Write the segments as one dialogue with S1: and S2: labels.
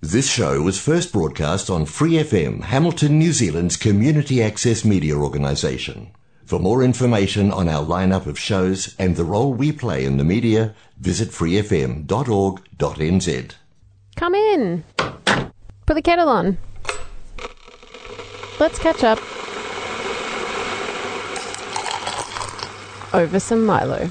S1: This show was first broadcast on Free FM, Hamilton, New Zealand's community access media organisation. For more information on our lineup of shows and the role we play in the media, visit freefm.org.nz.
S2: Come in. Put the kettle on. Let's catch up over some Milo.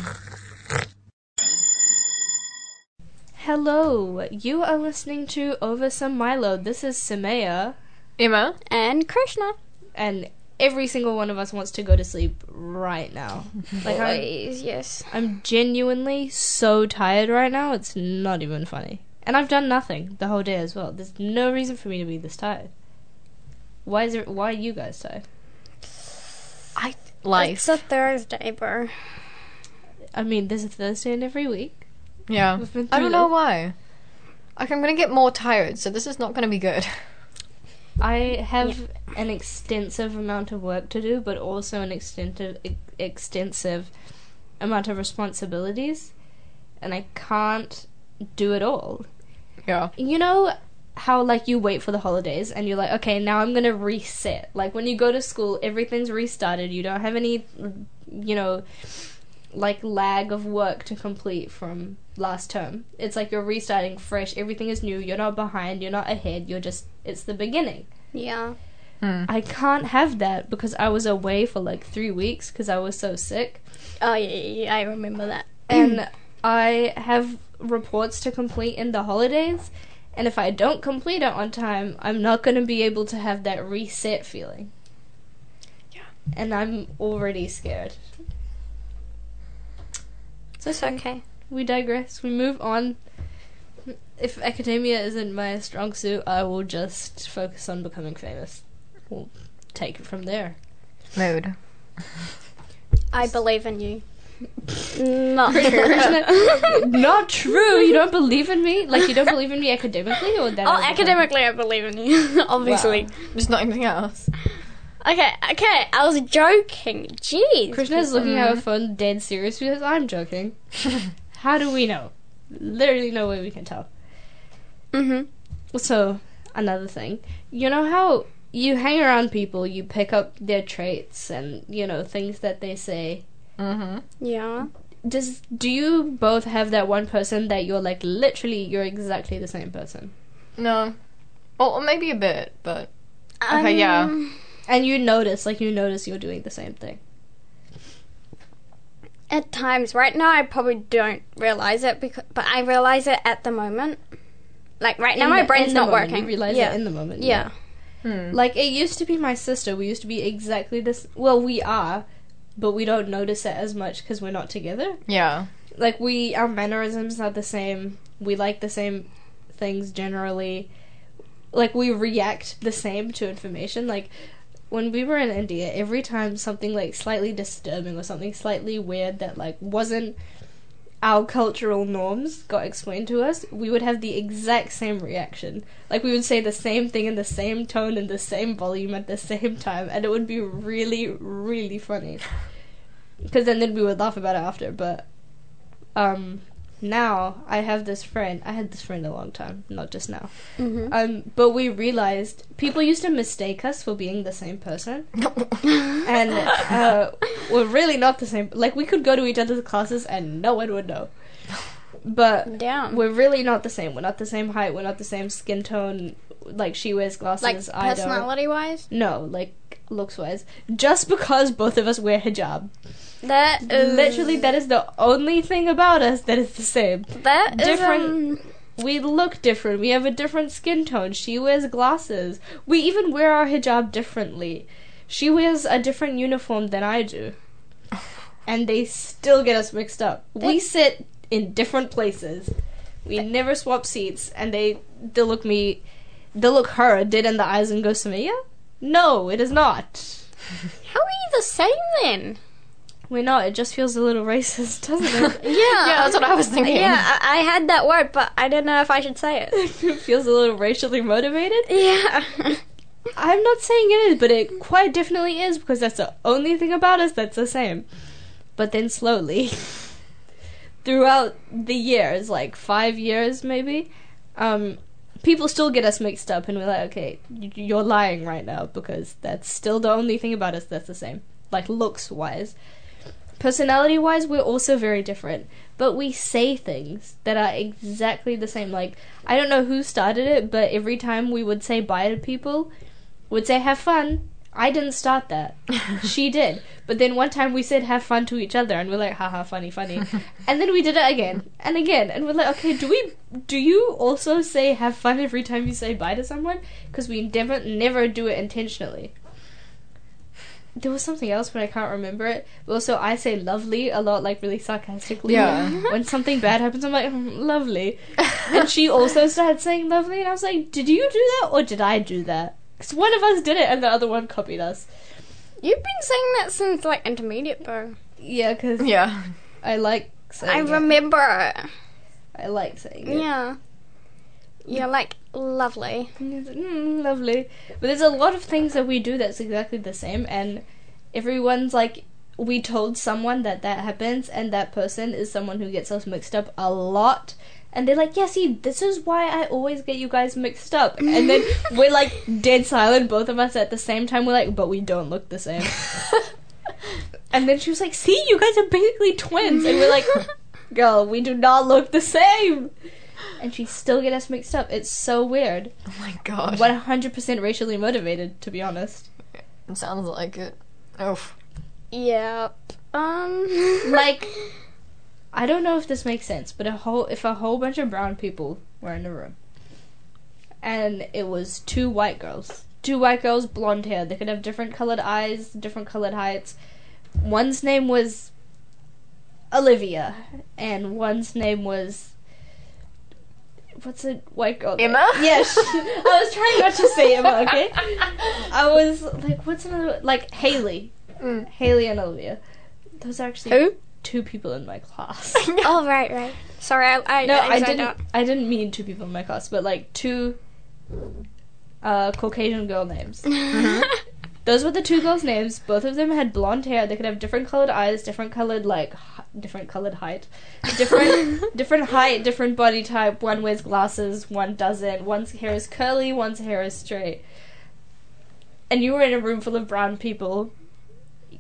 S3: Hello, you are listening to Over Some Milo. This is Samaya,
S4: Emma,
S5: and Krishna.
S3: and every single one of us wants to go to sleep right now. Like, I'm,
S5: Boys, yes.
S3: I'm genuinely so tired right now, it's not even funny. And I've done nothing the whole day as well. There's no reason for me to be this tired. Why is there, why are you guys tired?
S5: I,
S4: life.
S5: it's a Thursday, bro.
S3: I mean, there's a Thursday in every week.
S4: yeah.
S3: We've been
S4: I
S3: through
S4: don't know
S3: this.
S4: why. Like, I'm gonna get more tired, so this is not gonna be good.
S3: I have an extensive amount of work to do, but also an extensive ex- extensive amount of responsibilities, and I can't do it all.
S4: Yeah.
S3: You know how like you wait for the holidays and you're like, okay, now I'm gonna reset. Like when you go to school, everything's restarted. You don't have any, you know, like lag of work to complete from last term. It's like you're restarting fresh. Everything is new. You're not behind. You're not ahead. You're just it's the beginning.
S5: Yeah.
S3: I can't have that because I was away for like three weeks because I was so sick.
S5: Oh, yeah, yeah, yeah, I remember that.
S3: And I have reports to complete in the holidays. And if I don't complete it on time, I'm not going to be able to have that reset feeling. Yeah. And I'm already scared. So
S5: It's okay.
S3: we digress. We move on. If academia isn't my strong suit, I will just focus on becoming famous. We'll take it from there.
S4: Mood.
S5: I believe in you. Not
S3: Not true. You don't believe in me? Like you don't believe in me academically or that?
S5: Oh,
S3: as a-
S5: academically, I believe in you. Obviously.
S4: Just not anything else.
S5: Okay, okay. I was joking. Jeez.
S3: Krishna's looking at her phone dead serious because I'm joking. How do we know? Literally no way we can tell.
S5: Mhm.
S3: So, another thing. You know how you hang around people, you pick up their traits and, you know, things that they say.
S4: Mm-hmm.
S5: Yeah.
S3: Does do you both have that one person that you're like literally you're exactly the same person?
S4: No. Well, or maybe a bit, but
S5: Um,
S4: okay, yeah.
S3: And you notice, like you notice you're doing the same thing.
S5: At times, right now, I probably don't realize it because, but I realize it at the moment. Like right now,
S3: In
S5: my
S3: the-
S5: brain's
S3: in the
S5: not
S3: moment.
S5: working.
S3: You realize
S5: yeah.
S3: it in the moment.
S5: yeah.
S4: Hmm. Mm-hmm.
S3: Like it used to be my sister. We used to be exactly this. Well, we are, but we don't notice it as much because we're not together.
S4: Yeah.
S3: Like we, our mannerisms are the same. We like the same things generally. Like we react the same to information. Like when we were in India, every time something like slightly disturbing or something slightly weird that like wasn't our cultural norms got explained to us, we would have the exact same reaction. Like we would say the same thing in the same tone and the same volume at the same time, and it would be really, really funny. Because then, then we would laugh about it after. But um, now I have this friend. I had this friend a long time, not just now.
S5: Mhm.
S3: Um, but we realized people used to mistake us for being the same person and uh, we're really not the same. Like we could go to each other's classes and no one would know. But
S5: Damn.
S3: we're really not the same. We're not the same height. We're not the same skin tone. Like she wears glasses.
S5: like
S3: I don't.
S5: personality wise,
S3: No, like looks wise. Just because both of us wear hijab,
S5: that is
S3: literally that is the only thing about us that is the same.
S5: that is,
S3: different-
S5: um,
S3: We look different. We have a different skin tone. She wears glasses. We even wear our hijab differently. She wears a different uniform than I do. And they still get us mixed up. We sit in different places. We never swap seats and they they look me they look her dead in the eyes and go Samia? No, it is not.
S5: how are you the same then?
S3: We're not, it just feels a little racist, doesn't
S5: Yeah.
S3: it?
S4: Yeah, that's what I was thinking.
S5: Yeah, I, I had that word, but I didn't know if I should say it.
S3: it feels a little racially motivated.
S5: Yeah.
S3: I'm not saying it is, but it quite definitely is because that's the only thing about us that's the same. But then slowly, throughout the years, like five years maybe, um, people still get us mixed up, and we're like, okay, y- you're lying right now because that's still the only thing about us that's the same, like looks wise. Personality wise, we're also very different, but we say things that are exactly the same. Like, I don't know who started it, but every time we would say bye to people, would say have fun. I didn't start that. she did. But then one time we said have fun to each other and we're like haha funny funny. and then we did it again and again and we're like okay, do we do you also say have fun every time you say bye to someone because we never never do it intentionally. There was something else but I can't remember it. But also I say lovely a lot like really sarcastically.
S4: Yeah.
S3: When something bad happens I'm like "Mm, lovely. and she also started saying lovely and I was like, "Did you do that or did I do that?" Because one of us did it and the other one copied us.
S5: You've been saying that since like intermediate, bro.
S3: Yeah, because
S4: Yeah.
S3: I like saying
S5: I
S3: it.
S5: remember. it.
S3: I like saying it.
S5: Yeah. You're like lovely.
S3: Mm, lovely. But there's a lot of things that we do that's exactly the same, and everyone's like, we told someone that that happens, and that person is someone who gets us mixed up a lot. And they're like, yeah, see, this is why I always get you guys mixed up. And then we're like dead silent, both of us at the same time. We're like, but we don't look the same.
S4: Oh
S3: and then she was like, see, you guys are basically twins. And we're like, girl, we do not look the same. And she still get us mixed up. It's so weird.
S4: Oh my god.
S3: One hundred percent racially motivated, to be honest.
S4: Sounds like it. Oof.
S5: Yep. Um.
S3: Like, I don't know if this makes sense, but a whole if a whole bunch of brown people were in a room, and it was two white girls, two white girls, blonde hair. They could have different colored eyes, different colored heights. One's name was Olivia, and one's name was. What's a white girl? name?
S4: Emma?
S3: Yeah, sh I was trying not to say Emma. Okay, I was like, what's another like Haley, Haley and Olivia. Those are actually
S5: Who?
S3: two people in my class.
S5: oh right, right. Sorry, I. I
S3: no, I
S5: zoned
S3: didn't.
S5: out.
S3: I didn't mean two people in my class, but like two uh, Caucasian girl names. Uh-huh. Those were the two girls' names. Both of them had blonde hair. They could have different colored eyes, different colored like, h- different colored height, different different height, different body type. One wears glasses, one doesn't. One's hair is curly, one's hair is straight. And you were in a room full of brown people.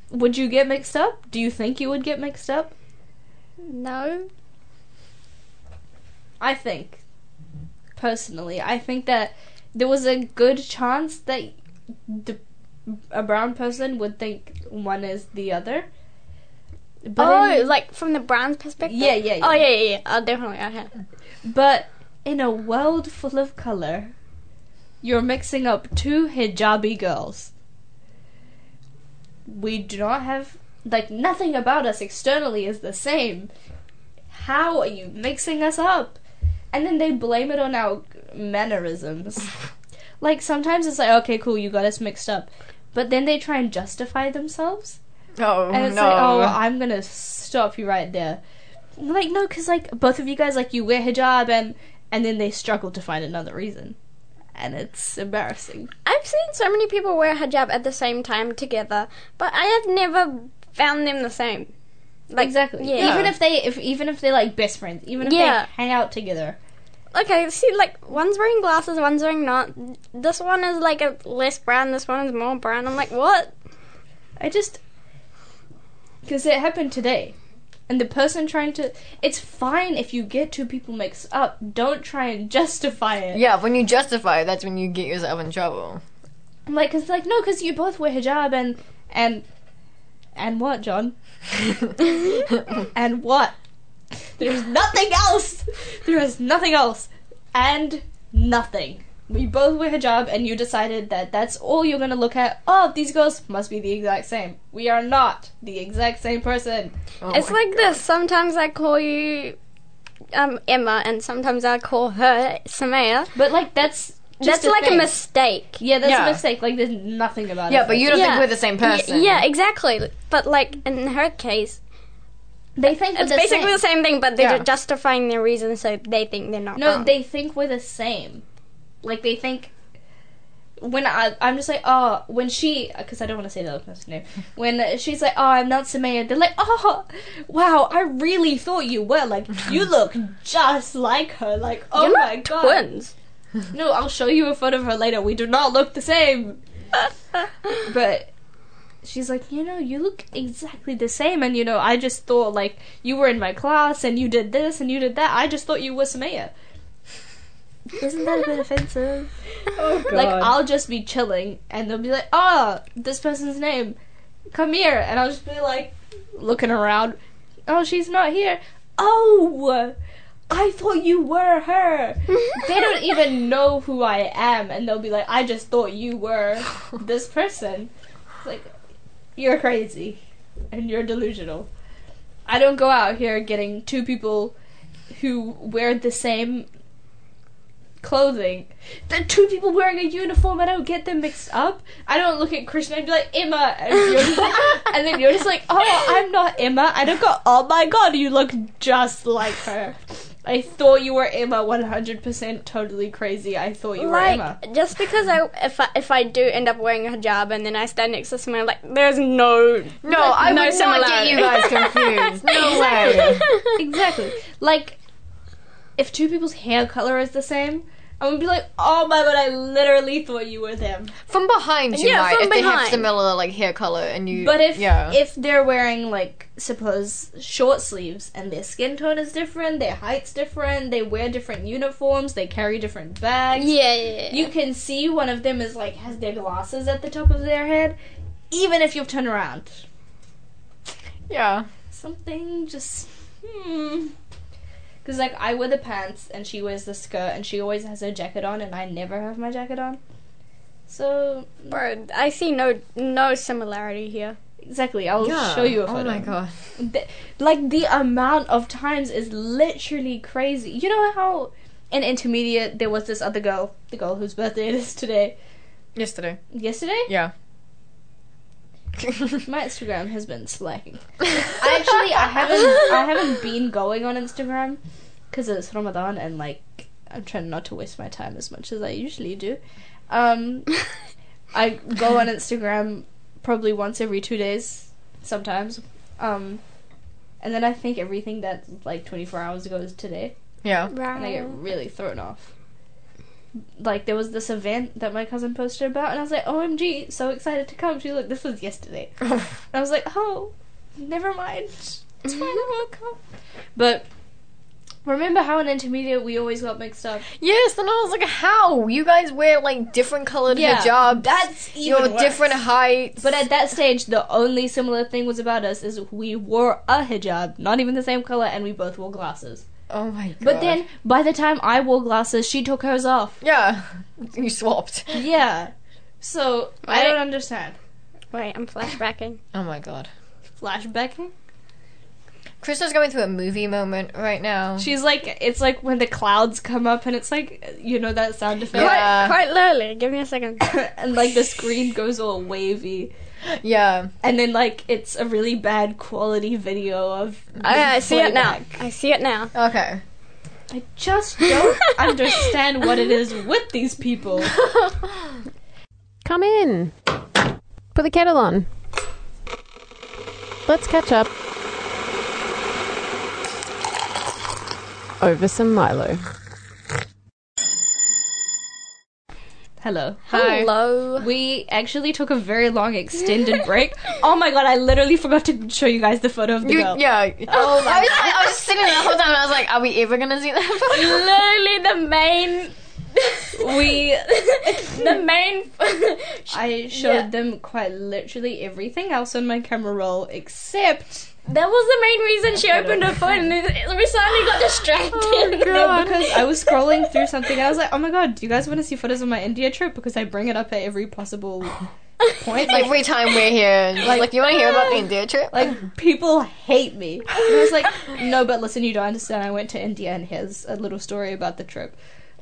S3: Would you get mixed up? Do you think you would get mixed up?
S5: No.
S3: I think, personally, I think that there was a good chance that the, a brown person would think one is the other. But
S5: oh,
S3: in-
S5: like from the brown's perspective.
S3: Yeah, yeah,
S5: Oh
S3: yeah.
S5: yeah, yeah. yeah. Oh, definitely. Okay.
S3: but in a world full of color, you're mixing up two hijabi girls. We do not have like nothing about us externally is the same. How are you mixing us up? And then they blame it on our mannerisms. like sometimes it's like, okay, cool, you got us mixed up. But then they try and justify themselves.
S4: Oh
S3: And it's
S4: no.
S3: like, oh, I'm gonna stop you right there. I'm like, no, because like both of you guys like you wear hijab and and then they struggle to find another reason, and it's embarrassing.
S5: I've seen so many people wear hijab at the same time together, but I have never found them the same. Like,
S3: exactly.
S5: yeah.
S3: Even if they if even if they're like best friends, even if
S5: Yeah.
S3: they hang out together.
S5: Okay, see, like one's wearing glasses, one's wearing not. This one is like a less brown, this one is more brown. I'm like, what?
S3: I just because it happened today, and the person trying to. It's fine if you get two people mixed up. Don't try and justify it.
S4: yeah, when you justify, that's when you get yourself in trouble.
S3: I'm like, cause like no, cause you both wear hijab and and and what, John? and what? There's nothing else. There is nothing else, and nothing. We both wear hijab, and you decided that that's all you're gonna look at. Oh, these girls must be the exact same. We are not the exact same person.
S4: Oh
S5: it's
S4: my
S5: like this. Sometimes I call you um, Emma, and sometimes I call her Samaya.
S3: But like that's just
S5: That's like
S3: thing.
S5: a mistake.
S3: Yeah, that's
S4: Yeah.
S3: a mistake. Like there's nothing about it.
S4: Yeah, but you don't think
S5: Yeah.
S4: we're the same
S5: Y-
S4: person.
S5: yeah, exactly. But like in her case,
S3: they think
S5: it's
S3: we're the
S5: basically
S3: same.
S5: the same thing, but they're
S4: Yeah.
S5: justifying their reasons, so they think they're not.
S3: No,
S5: wrong.
S3: they think we're the same. Like they think when I, I'm just like, oh, when she, because I don't want to say the other person's name. When she's like, oh, I'm not Samaya. They're like, oh, wow, I really thought you were. Like, you look just like her. Like, oh
S5: You're
S3: my
S5: not
S3: god,
S5: twins.
S3: No, I'll show you a photo of her later. We do not look the same. but she's like, you know, you look exactly the same. And, you know, I just thought, like, you were in my class and you did this and you did that. I just thought you were Samaya. Isn't that a bit offensive?
S6: Oh, God.
S3: Like, I'll just be chilling and they'll be like, oh, this person's name. Come here. And I'll just be like, looking around. Oh, she's not here. Oh! I thought you were her. they don't even know who I am, and they'll be like, I just thought you were this person. It's like, you're crazy and you're delusional. I don't go out here getting two people who wear the same clothing. The two people wearing a uniform, I don't get them mixed up. I don't look at Krishna and be like, Emma. And, you're just like, and then you're just like, oh, I'm not Emma. And I go, oh my god, you look just like her. I thought you were Emma 100% totally crazy. I thought you were Emma.
S5: Like just because I if I if I do end up wearing a hijab and then I stand next to someone like there's no
S4: No, I
S5: no
S4: would not get
S5: similarity.
S4: you guys confused. No way.
S3: Exactly. Like, if two people's hair color is the same, I would be like, oh my god, I literally thought you were them.
S4: From behind, you
S5: Yeah,
S4: might,
S5: from
S4: if they have
S5: behind.
S4: similar like hair color, and you.
S3: But if
S4: yeah,
S3: if they're wearing like suppose short sleeves and their skin tone is different, their height's different, they wear different uniforms, they carry different bags.
S5: yeah, yeah, yeah.
S3: You can see one of them is like has their glasses at the top of their head, even if you've turned around.
S4: yeah,
S3: Something just hmm. Cause like I wear the pants and she wears the skirt and she always has her jacket on and I never have my jacket on. So
S5: Bro, I see no no similarity here.
S3: exactly, I'll
S4: yeah.
S3: show you a photo.
S4: Oh my god.
S3: Th- like the amount of times is literally crazy. You know how in intermediate there was this other girl, the girl whose birthday it is today,
S4: Yesterday.
S3: yesterday.
S4: Yeah.
S3: My Instagram has been slacking. I actually I haven't I haven't been going on Instagram because it's Ramadan and like I'm trying not to waste my time as much as I usually do. Um, I go on Instagram probably once every two days, sometimes. Um, and then I think everything that's like 24 hours ago is today
S4: Yeah.
S3: and I
S5: Um.
S3: get really thrown off. Like there was this event that my cousin posted about, and I was like, "OMG, so excited to come!" She's like, "This was yesterday," and I was like, "Oh, never mind, it's fine, I
S4: Mm-hmm.
S3: will come." But remember how in intermediate we always got mixed up?
S4: Yes, then I was like, how? You guys wear like different colored
S3: Yeah,
S4: hijabs.
S3: that's
S4: You're
S3: even worse.
S4: different heights.
S3: But at that stage, the only similar thing was about us is we wore a hijab, not even the same color, and we both wore glasses.
S4: oh my god.
S3: But then by the time I wore glasses, she took hers off.
S4: Yeah. You swapped.
S3: Yeah. So I
S5: Right.
S3: don't understand.
S5: Wait, I'm flashbacking.
S4: Oh my god.
S3: Flashbacking?
S4: Krista's going through a movie moment right now.
S3: She's like, it's like when the clouds come up and it's like, you know that sound effect,
S4: Yeah.
S5: Quite lowly. Give me a second.
S3: and like the screen goes all wavy,
S4: Yeah.
S3: and then like it's a really bad quality video of.
S5: I, I see it now. I see it now.
S4: Okay.
S3: I just don't understand what it is with these people.
S2: Come in. Put the kettle on. Let's catch up. Over some Milo.
S3: Hello.
S5: Hello.
S3: We actually took a very long extended break. Oh my god, I literally forgot to show you guys the photo of the
S4: You,
S3: girl.
S4: yeah. Oh my I was, like, I was just sitting there the whole time and I was like, are we ever gonna see that?
S5: Lowly, the main,
S3: We
S5: the main.
S3: I showed them quite literally everything else on my camera roll except
S5: That was the main reason she opened her phone, and we suddenly got distracted.
S3: Oh, no, because I was scrolling through something. I was like, "Oh my god, do you guys want to see photos of my India trip?" Because I bring it up at every possible point. Like,
S4: Every time we're here, she's like, you wanna hear about the India trip?
S3: like people hate me. And I was like, "No, but listen, you don't understand. I went to India, and here's a little story about the trip."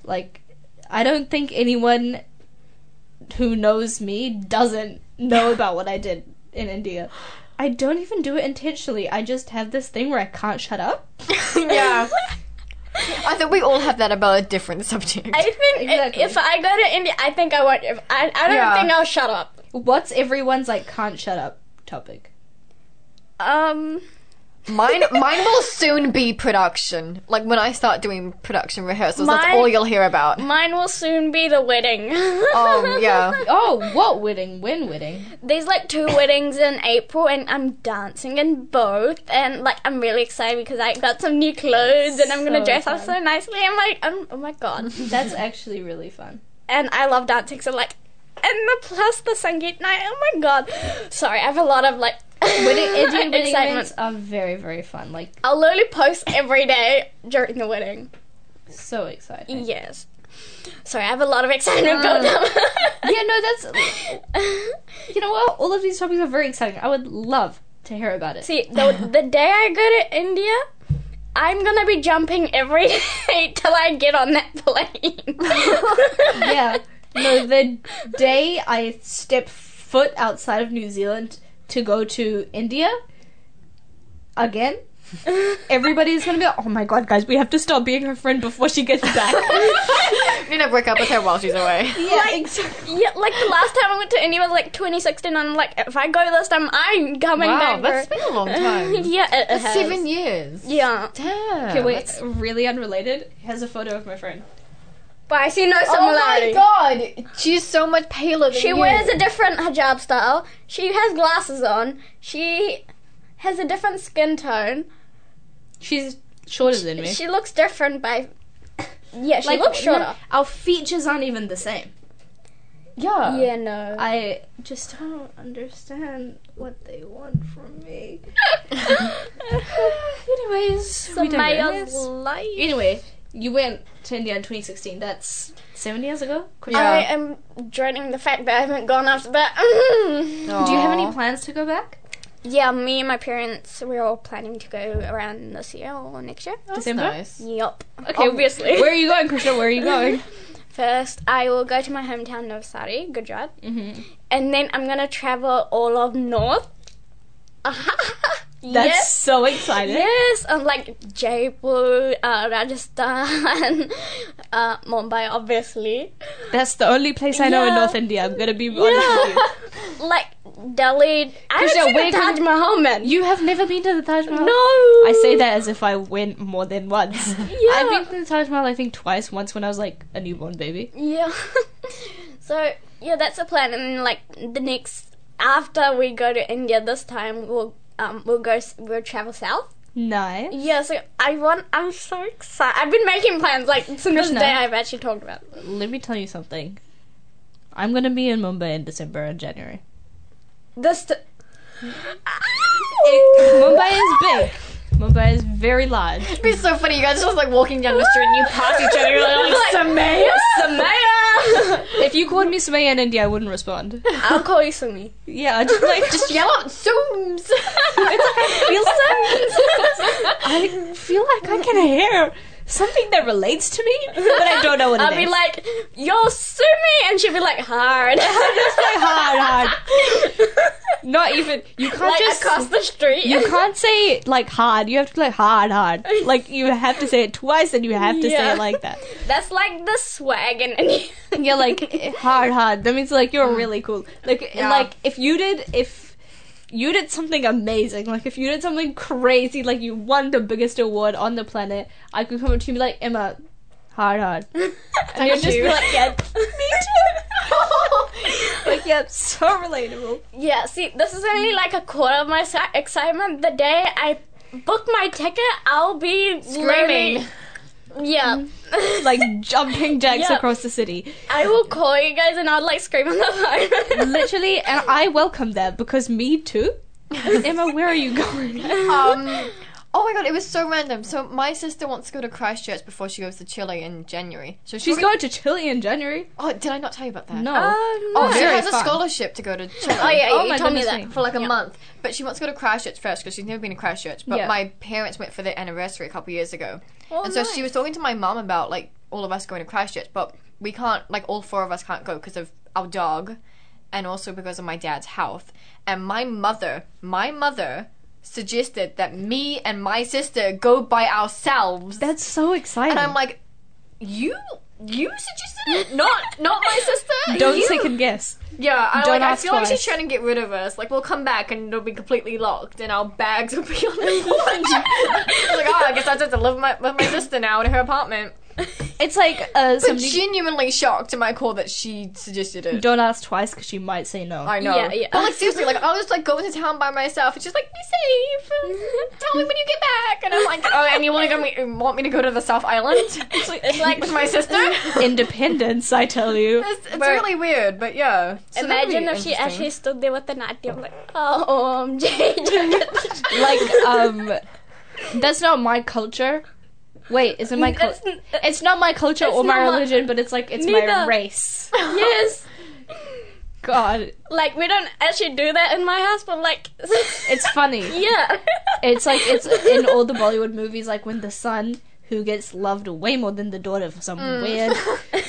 S3: Like, I don't think anyone who knows me doesn't know about what I did in India. I don't even do it intentionally. I just have this thing where I can't shut up.
S4: yeah. I think we all have that about a different subject.
S5: I think
S3: Exactly.
S5: if I go to India, I think I won't. If I, I don't
S4: Yeah.
S5: think I'll shut up.
S3: What's everyone's like can't shut up topic?
S5: Um,
S4: Mine, mine will soon be production. Like when I start doing production rehearsals, that's
S5: Mine-
S4: all you'll hear about.
S5: Mine will soon be the wedding.
S4: Oh yeah,
S3: Oh, what wedding? When wedding?
S5: There's like two weddings in April, and I'm dancing in both, and like I'm really excited because I got some new clothes, and I'm gonna
S3: So
S5: dress up
S3: fun.
S5: so nicely. I'm like, um oh my god,
S3: That's actually really fun.
S5: and I love dancing, so like, and the plus the Sangeet night. Oh my god, sorry, I have a lot of like
S3: Wedding, edgy wedding
S5: excitement.
S3: events are very, very fun. Like,
S5: I'll literally post every day during the wedding.
S3: so exciting.
S5: Yes. Sorry, I have a lot of excitement
S4: Ah.
S5: built up.
S3: Yeah, no, that's. You know what? All of these topics are very exciting. I would love to hear about it.
S5: See, the, the day I go to India, I'm gonna be jumping every day till I get on that plane.
S3: yeah. No, the day I step foot outside of New Zealand to go to India again, everybody's gonna be like, oh my god, guys, we have to stop being her friend before she gets back.
S4: you know, break up with her while she's away.
S3: yeah, exactly.
S5: Yeah, like the last time I went to India was like 2016, and I'm like, if I go this time, I'm coming
S4: Wow,
S5: back.
S4: that's
S5: bro.
S4: been a long time.
S5: yeah, it, it has.
S4: Seven years.
S5: Yeah,
S4: Damn.
S3: Okay, wait,
S4: that's-
S3: really unrelated. Here's a photo of my friend.
S5: but I see no
S4: Oh my
S5: similarity.
S4: god, she's so much paler than
S5: She
S4: you.
S5: wears a different hijab style. She has glasses on. She has a different skin tone.
S3: She's shorter than me.
S5: She looks different by. Yeah, she
S3: Like,
S5: looks
S3: no,
S5: shorter.
S3: Our features aren't even the same.
S4: Yeah.
S5: Yeah, no.
S3: I just don't understand what they want from me. Anyways, we digress. Anyway, you went to India in 2016. That's seven years ago. Question.
S5: I am dreading the fact that I haven't gone after that.
S3: Do you have any
S4: Aw.
S3: plans to go back?
S5: yeah, me and my parents we're all planning to go around this year or next year.
S4: That's
S3: December?
S4: nice.
S5: Yep.
S3: Okay,
S5: obviously.
S3: Oh, Where are you going, Krishna? Where are you going?
S5: First, I will go to my hometown, Navsari, Gujarat,
S3: mm-hmm.
S5: and then I'm gonna travel all of North.
S3: That's
S5: yes.
S3: so exciting.
S5: Yes, um, like Jaipur, uh, Rajasthan, uh, Mumbai, obviously.
S3: That's the only place I know in
S5: Yeah.
S3: North India. I'm gonna be honest with you.
S5: like Delhi. I haven't
S3: Krishna,
S5: seen
S3: where
S5: the
S3: can-
S5: Taj Mahal, man.
S3: You have never been to the Taj Mahal?
S5: no.
S3: I say that as if I went more than once.
S5: Yeah.
S3: I've been to the Taj Mahal, I think, twice. Once when I was like a newborn baby.
S5: Yeah. so yeah, that's the plan. And like the next after we go to India this time, we'll um we'll go s- we'll travel south.
S3: Nice.
S5: Yeah. So I want. I'm so excited. I've been making plans like since the
S3: Krishna.
S5: day I've actually talked about. it.
S3: Let me tell you something. I'm gonna be in Mumbai in December and January.
S5: This. T-
S3: Mumbai is big. Mumbai is very large.
S4: It'd be so funny. You guys just like walking down the street and you pass each other. You're like,
S5: Samaya, Samaya.
S3: If you called me Sumaya in India, I wouldn't respond.
S5: I'll call you Sumi.
S3: Yeah, I just like
S4: just yell out zooms.
S3: feel I feel like I can hear something that relates to me, but I don't know what it is.
S5: I'll be like, "Yo, Sumi," and she'll be like, "Hard."
S3: say hard, hard. Not even you can't
S5: like
S3: just
S5: across the street.
S3: you can't say like hard. You have to like hard, hard. Like you have to say it twice, and you have to say
S5: Yeah.
S3: it like that.
S5: That's like the swag in India.
S3: You're like eh, hard, hard. That means like you're really cool. Like
S4: Yeah.
S3: like if you did if you did something amazing, like if you did something crazy, like you won the biggest award on the planet, I could come up to you and be like Emma, hard, hard. And you'd just be
S4: you.
S3: like, yeah, me too. like yeah, so relatable.
S5: yeah, see, this is only like a quarter of my si- excitement. The day I book my ticket, I'll be
S4: Screaming.
S5: literally-
S3: Mm-hmm.
S5: Yeah,
S3: Like jumping jacks
S5: Yeah.
S3: across the city.
S5: I will call you guys and I'll like scream on the phone.
S3: Literally, and I welcome that because me too. Emma, where are you going?
S4: um, oh my god, it was so random. So my sister wants to go to Christchurch before she goes to Chile in January. So
S3: She's going to Chile in January.
S4: Oh, did I not tell you about that?
S3: No.
S5: Oh, no.
S4: Oh, she
S3: Very
S4: has
S3: fun.
S4: a scholarship to go to Chile.
S5: Oh yeah,
S3: Oh
S5: you
S3: my
S5: told me
S3: goodness
S5: that.
S3: me.
S4: for like a month. But she wants to go to Christchurch first because she's never been to Christchurch. But
S3: Yeah.
S4: my parents went for their anniversary a couple years ago, and so she was talking to my mum about like all of us going to Christchurch, but we can't like all four of us can't go because of our dog, and also because of my dad's health. And my mother, my mother suggested that me and my sister go by ourselves,
S3: That's so exciting.
S4: and I'm like, you. You suggested it, not not my sister.
S3: Don't second guess.
S4: Yeah, I,
S3: Don't
S4: like, I
S3: ask
S4: feel like she's
S3: twice.
S4: trying to get rid of us. Like, we'll come back and it'll be completely locked and our bags will be on the porch. It's like, oh, I guess I just have to live with my, with my sister now in her apartment.
S3: It's like uh,
S4: But
S3: somebody
S4: genuinely shocked at my call that she suggested it.
S3: don't ask twice because she might say no.
S4: I know.
S5: Yeah, yeah.
S4: But, like, seriously, like, I was, like, going to town by myself and she's like, be safe. Tell me when you get back. And I'm like, oh, and you want, to go me, want me to go to the South Island?
S5: it's
S4: Like, with my sister? It's,
S3: Independence, I tell you.
S4: it's
S5: But-
S4: really weird, but yeah. So that'd be
S5: Imagine if she
S4: interesting.
S5: actually stood there with the natty. I'm like, oh, um, Jaden.
S3: like um that's not my culture wait is it my
S5: That's
S3: culture
S5: n-
S3: it's not my culture
S5: it's
S3: or my
S5: not my-
S3: religion but it's like it's my
S5: Neither.
S3: race
S5: yes.
S3: god
S5: Like we don't actually do that in my house, but like,
S3: it's funny
S5: yeah.
S3: it's like it's in all the bollywood movies like when the son who gets loved way more than the daughter for some weird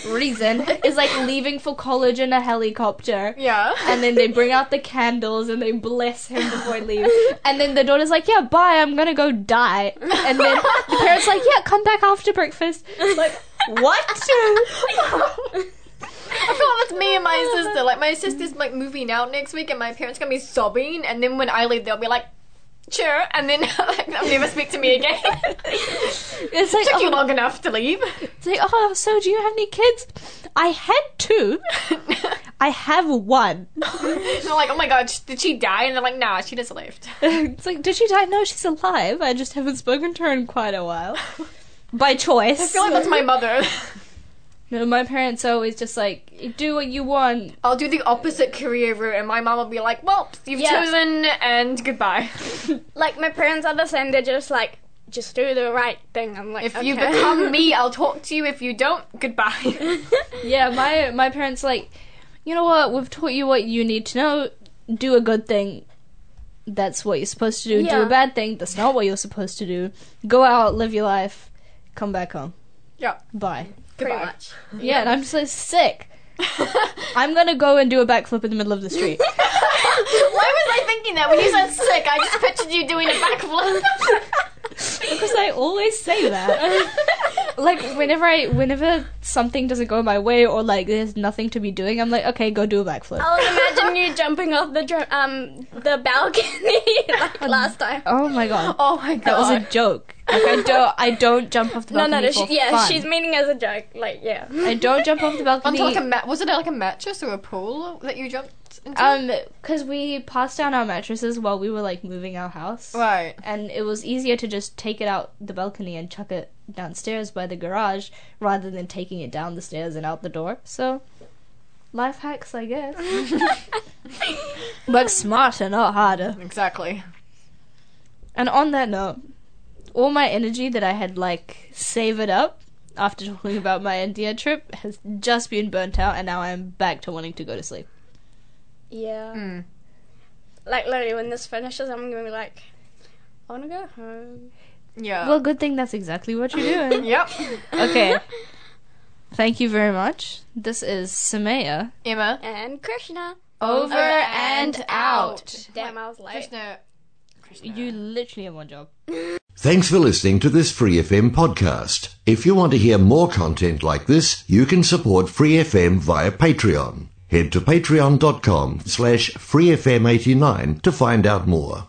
S3: reason is like leaving for college in a helicopter
S4: Yeah.
S3: and then they bring out the candles and they bless him before he leaves. And then the daughter's like, "Yeah, bye. I'm gonna go die." And then the parents like, "Yeah, come back after breakfast." Like what?
S4: I feel like that's me and my sister. Like my sister's like moving out next week, and my parents gonna be sobbing, and then when I leave, they'll be like, "Sure," and then like, they'll never speak to me again.
S3: It's like,
S4: Took you
S3: oh,
S4: long enough to leave.
S3: it's like, oh, so do you have any kids? I had two. I have one.
S4: they're like, "Oh my god, sh- did she die?" And they're like, "Nah, she just left."
S3: It's like, did she die? No, she's alive. I just haven't spoken to her in quite a while. By choice.
S4: I feel like that's my mother.
S3: no, my parents are always just like, do what you want.
S4: I'll do the opposite career route, and my mom will be like, "Well, you've
S5: Yeah.
S4: chosen, and goodbye."
S5: like my parents are the same. They're just like, just do the right thing. I'm like,
S4: If
S5: okay.
S4: you become me, I'll talk to you. If you don't, goodbye.
S3: Yeah, my my parents like, you know what? We've taught you what you need to know. Do a good thing. That's what you're supposed to do. Do
S5: Yeah.
S3: a bad thing. That's not what you're supposed to do. Go out, live your life, come back home.
S4: Yeah.
S3: Bye.
S5: pretty
S4: goodbye.
S5: much.
S3: Yeah, and I'm just like sick. I'm gonna go and do a backflip in the middle of the street.
S4: Why was I thinking that when you said sick? I just pictured you doing a backflip.
S3: because I always say that. like whenever I whenever something doesn't go my way or like there's nothing to be doing, I'm like, okay, go do a backflip.
S5: I would imagine you jumping off the dr- um the balcony like last time.
S3: Oh my god.
S4: Oh my god.
S3: That was a joke. Like I don't, I don't jump off the
S5: No,
S3: balcony.
S5: no, no.
S3: for
S5: She, yeah,
S3: fun.
S5: she's meaning as a joke. Like, yeah.
S3: I don't jump off the
S4: Onto like a
S3: balcony.
S4: ma- was it like a mattress or a pool that you jumped into?
S3: Um, because we passed down our mattresses while we were like moving our house,
S4: right.
S3: and it was easier to just take it out the balcony and chuck it downstairs by the garage rather than taking it down the stairs and out the door. So, life hacks, I guess. Work smarter, not harder.
S4: Exactly.
S3: And on that note, all my energy that I had like savored up after talking about my India trip has just been burnt out, and now I'm back to wanting to go to sleep.
S5: Yeah.
S4: Mm.
S5: Like literally, when this finishes, I'm gonna be like, I wanna go home.
S4: Yeah.
S3: Well, good thing that's exactly what you're doing.
S4: yep.
S3: okay. Thank you very much. This is Samaya.
S4: Emma.
S5: And Krishna.
S4: Over and out.
S5: Damn, I was late.
S4: Krishna.
S3: You literally have one job.
S1: Thanks for listening to this Free FM podcast. If you want to hear more content like this, you can support Free FM via Patreon. Head to patreon.com slash freefm89 to find out more.